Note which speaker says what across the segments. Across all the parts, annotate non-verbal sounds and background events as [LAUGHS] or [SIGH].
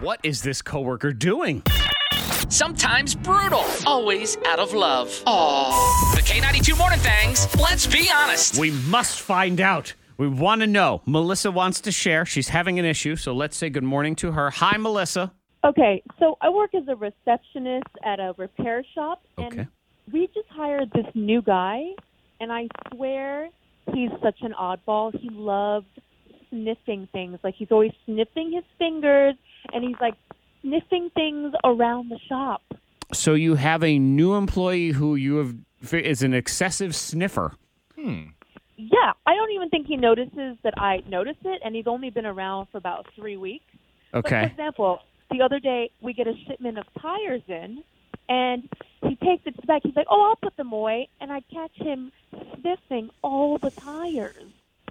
Speaker 1: What is this coworker doing?
Speaker 2: Sometimes brutal, always out of love. Aww. The K92 Morning Thangs, let's be honest.
Speaker 1: We must find out. We want to know. Melissa wants to share. She's having an issue, so let's say good morning to her. Hi, Melissa.
Speaker 3: Okay, so I work as a receptionist at a repair shop,
Speaker 1: Okay.
Speaker 3: and we just hired this new guy, and I swear he's such an oddball. He loves sniffing things. Like he's always sniffing his fingers, and he's like sniffing things around the shop.
Speaker 1: So you have a new employee who you have is an excessive sniffer.
Speaker 3: Yeah, I don't even think he notices that I notice it, and he's only been around for about three weeks. Like, for
Speaker 1: Okay.
Speaker 3: example, the other day we get a shipment of tires in, and he takes it back. He's like, "Oh, I'll put them away," and I catch him sniffing all the tires.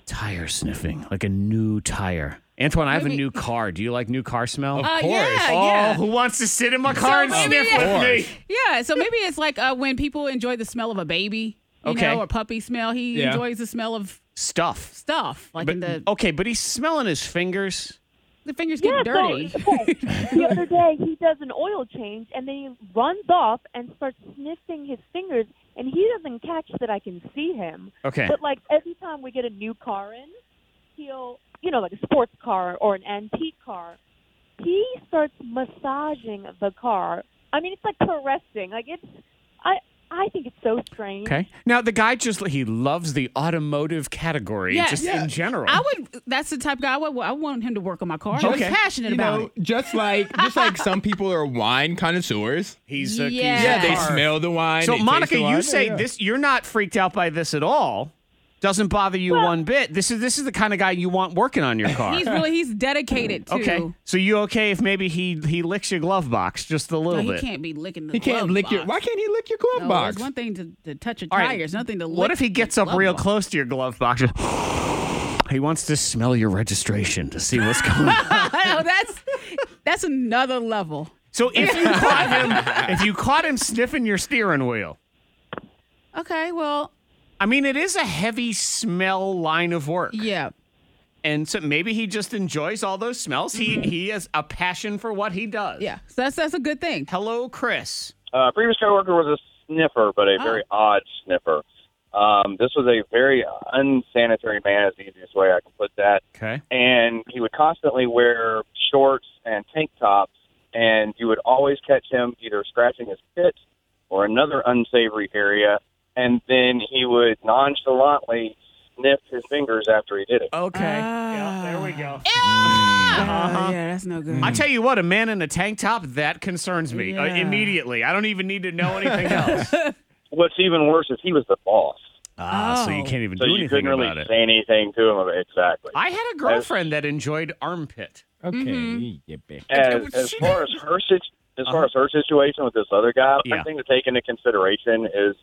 Speaker 1: Tire sniffing, like a new tire. Antoine, I have a new car. Do you like new car smell?
Speaker 4: Uh, yeah,
Speaker 1: oh,
Speaker 4: yeah.
Speaker 1: who wants to sit in my car and
Speaker 4: maybe-
Speaker 1: sniff with me?
Speaker 4: Yeah, so maybe it's like uh, when people enjoy the smell of a baby, you
Speaker 1: Okay.
Speaker 4: know, or puppy smell. He
Speaker 5: Yeah.
Speaker 4: enjoys the smell of
Speaker 1: Stuff.
Speaker 4: stuff, like
Speaker 1: But, oh.
Speaker 4: in the
Speaker 1: okay, but he's smelling his fingers.
Speaker 4: the fingers
Speaker 3: Yeah,
Speaker 4: get dirty.
Speaker 3: So,
Speaker 1: [LAUGHS]
Speaker 3: okay. the other day he does an oil change, and then he runs off and starts sniffing his fingers, and he doesn't catch that I can see him.
Speaker 1: Okay.
Speaker 3: But like every time we get a new car in, he'll, you know, like a sports car or an antique car, he starts massaging the car. I mean, it's like caressing. Like it's, I, I think it's so strange.
Speaker 1: Okay. Now the guy just he loves the automotive category
Speaker 4: Yes.
Speaker 1: just
Speaker 4: Yeah.
Speaker 1: in general.
Speaker 4: I would. That's the type of guy I would. I want him to work on my car.
Speaker 1: Just-
Speaker 4: He's passionate
Speaker 5: you
Speaker 4: about
Speaker 5: know,
Speaker 4: it.
Speaker 5: just like just like some people are wine connoisseurs.
Speaker 1: he's a
Speaker 4: Yeah.
Speaker 1: he's a
Speaker 5: Yeah, they
Speaker 1: car.
Speaker 5: smell the wine.
Speaker 1: So
Speaker 5: they taste
Speaker 1: Monica,
Speaker 5: the
Speaker 1: you
Speaker 5: wine.
Speaker 1: say
Speaker 5: Yeah.
Speaker 1: this you're not freaked out by this at all. Doesn't bother you one bit. This is this is the kind of guy you want working
Speaker 4: [LAUGHS]
Speaker 1: on your car.
Speaker 4: He's really. He's dedicated to.
Speaker 1: okay. So you okay if maybe he he licks your glove box just a
Speaker 4: No,
Speaker 1: little
Speaker 4: he
Speaker 1: bit?
Speaker 4: can't be licking the.
Speaker 5: He can't
Speaker 4: glove
Speaker 5: lick your.
Speaker 4: box.
Speaker 5: Why can't he lick your glove
Speaker 4: No,
Speaker 5: box?
Speaker 4: It's one thing to, to touch a
Speaker 1: All
Speaker 4: tire.
Speaker 1: right.
Speaker 4: It's nothing to. Lick
Speaker 1: What if he
Speaker 4: the
Speaker 1: gets up
Speaker 4: glove
Speaker 1: real
Speaker 4: [LAUGHS] box.
Speaker 1: close to your glove box? [SIGHS] he wants to smell your registration to see what's
Speaker 4: [LAUGHS]
Speaker 1: going on.
Speaker 4: no, that's that's another level.
Speaker 1: So if you caught him, if you caught him sniffing your steering wheel,
Speaker 4: Okay, well,
Speaker 1: I mean, it is a heavy smell line of work,
Speaker 4: yeah.
Speaker 1: and so maybe he just enjoys all those smells. He he has a passion for what he does.
Speaker 4: Mm-hmm. Yeah. So that's that's a good thing.
Speaker 1: Hello, Chris.
Speaker 6: Uh, previous coworker was a sniffer, but a
Speaker 4: Oh.
Speaker 6: very odd sniffer. Um, this was a very unsanitary man, is the easiest way I can put that.
Speaker 1: Okay.
Speaker 6: And he would constantly wear shorts and tank tops, and you would always catch him either scratching his pits or another unsavory area, and then he would nonchalantly sniff his fingers after he did it.
Speaker 1: Okay.
Speaker 4: Yeah,
Speaker 1: Ah. there we go.
Speaker 4: Oh, yeah, that's no good.
Speaker 1: Uh-huh. I tell you what, a man in a tank top that concerns me uh,
Speaker 4: Yeah.
Speaker 1: immediately. I don't even need to know
Speaker 4: [LAUGHS]
Speaker 1: anything else.
Speaker 6: What's even worse is he was the boss,
Speaker 1: Ah, so you
Speaker 4: Oh.
Speaker 1: can't even
Speaker 6: so
Speaker 1: do
Speaker 6: you
Speaker 1: anything
Speaker 6: couldn't really
Speaker 1: about it.
Speaker 6: say anything to him. about it. Exactly.
Speaker 1: I had a girlfriend that enjoyed armpit.
Speaker 5: Okay.
Speaker 4: Mhm.
Speaker 5: Yeah, babe.
Speaker 6: as, as far as her sit- as far as her situation with this other guy,
Speaker 1: Uh-huh. Yeah.
Speaker 6: one thing to take into consideration is,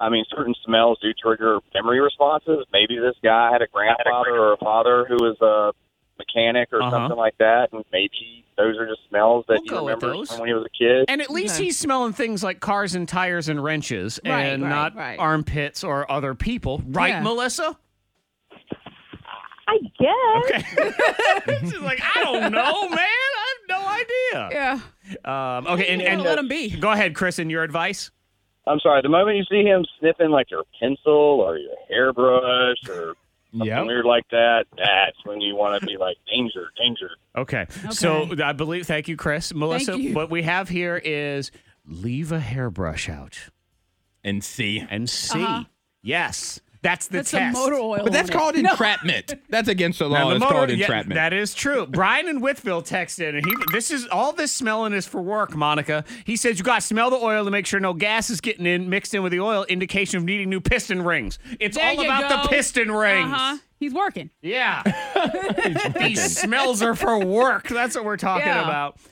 Speaker 6: I mean, certain smells do trigger memory responses. Maybe this guy had a grandfather or a father who was a mechanic or
Speaker 1: Uh-huh.
Speaker 6: something like that, and maybe those are just smells that
Speaker 1: We'll
Speaker 6: he
Speaker 1: go with
Speaker 6: remembers
Speaker 1: those.
Speaker 6: from when he was a kid.
Speaker 1: And at least
Speaker 4: Okay.
Speaker 1: he's smelling things like cars and tires and wrenches
Speaker 4: Right,
Speaker 1: and
Speaker 4: right,
Speaker 1: not
Speaker 4: right.
Speaker 1: armpits or other people. Right,
Speaker 4: Yeah.
Speaker 1: Melissa?
Speaker 3: I guess.
Speaker 1: Okay. [LAUGHS] She's like, I don't know, man. I have no idea.
Speaker 4: yeah.
Speaker 1: Um, okay, and,
Speaker 4: You gotta
Speaker 1: and
Speaker 4: let him be.
Speaker 1: go ahead, Chris, and your advice.
Speaker 6: I'm sorry. The moment you see him sniffing like your pencil or your hairbrush or something
Speaker 5: Yep.
Speaker 6: weird like that, that's when you want to be like danger, danger.
Speaker 1: Okay. So I believe, thank you, Chris. Melissa,
Speaker 4: you.
Speaker 1: what we have here is leave a hairbrush out
Speaker 5: And see.
Speaker 1: and see. Yes, that's the
Speaker 4: Uh-huh. That's some
Speaker 1: test.
Speaker 4: motor oil.
Speaker 5: But that's
Speaker 4: on it.
Speaker 5: called entrapment. That's against the
Speaker 1: Now,
Speaker 5: law.
Speaker 1: the
Speaker 5: It's
Speaker 1: motor-
Speaker 5: called
Speaker 1: yeah,
Speaker 5: entrapment.
Speaker 1: that is
Speaker 5: [LAUGHS]
Speaker 1: true. Brian in Whitville texted, and he this is all this smelling is for work, Monica. He says you got to smell the oil to make sure no gas is getting in mixed in with the oil. Indication of needing new piston rings. It's
Speaker 4: There
Speaker 1: all
Speaker 4: you
Speaker 1: about the
Speaker 4: go.
Speaker 1: piston rings.
Speaker 4: Uh-huh. He's working.
Speaker 5: [LAUGHS]
Speaker 1: [LAUGHS] Yeah, these smells are for work. That's what we're talking
Speaker 4: Yeah.
Speaker 1: about.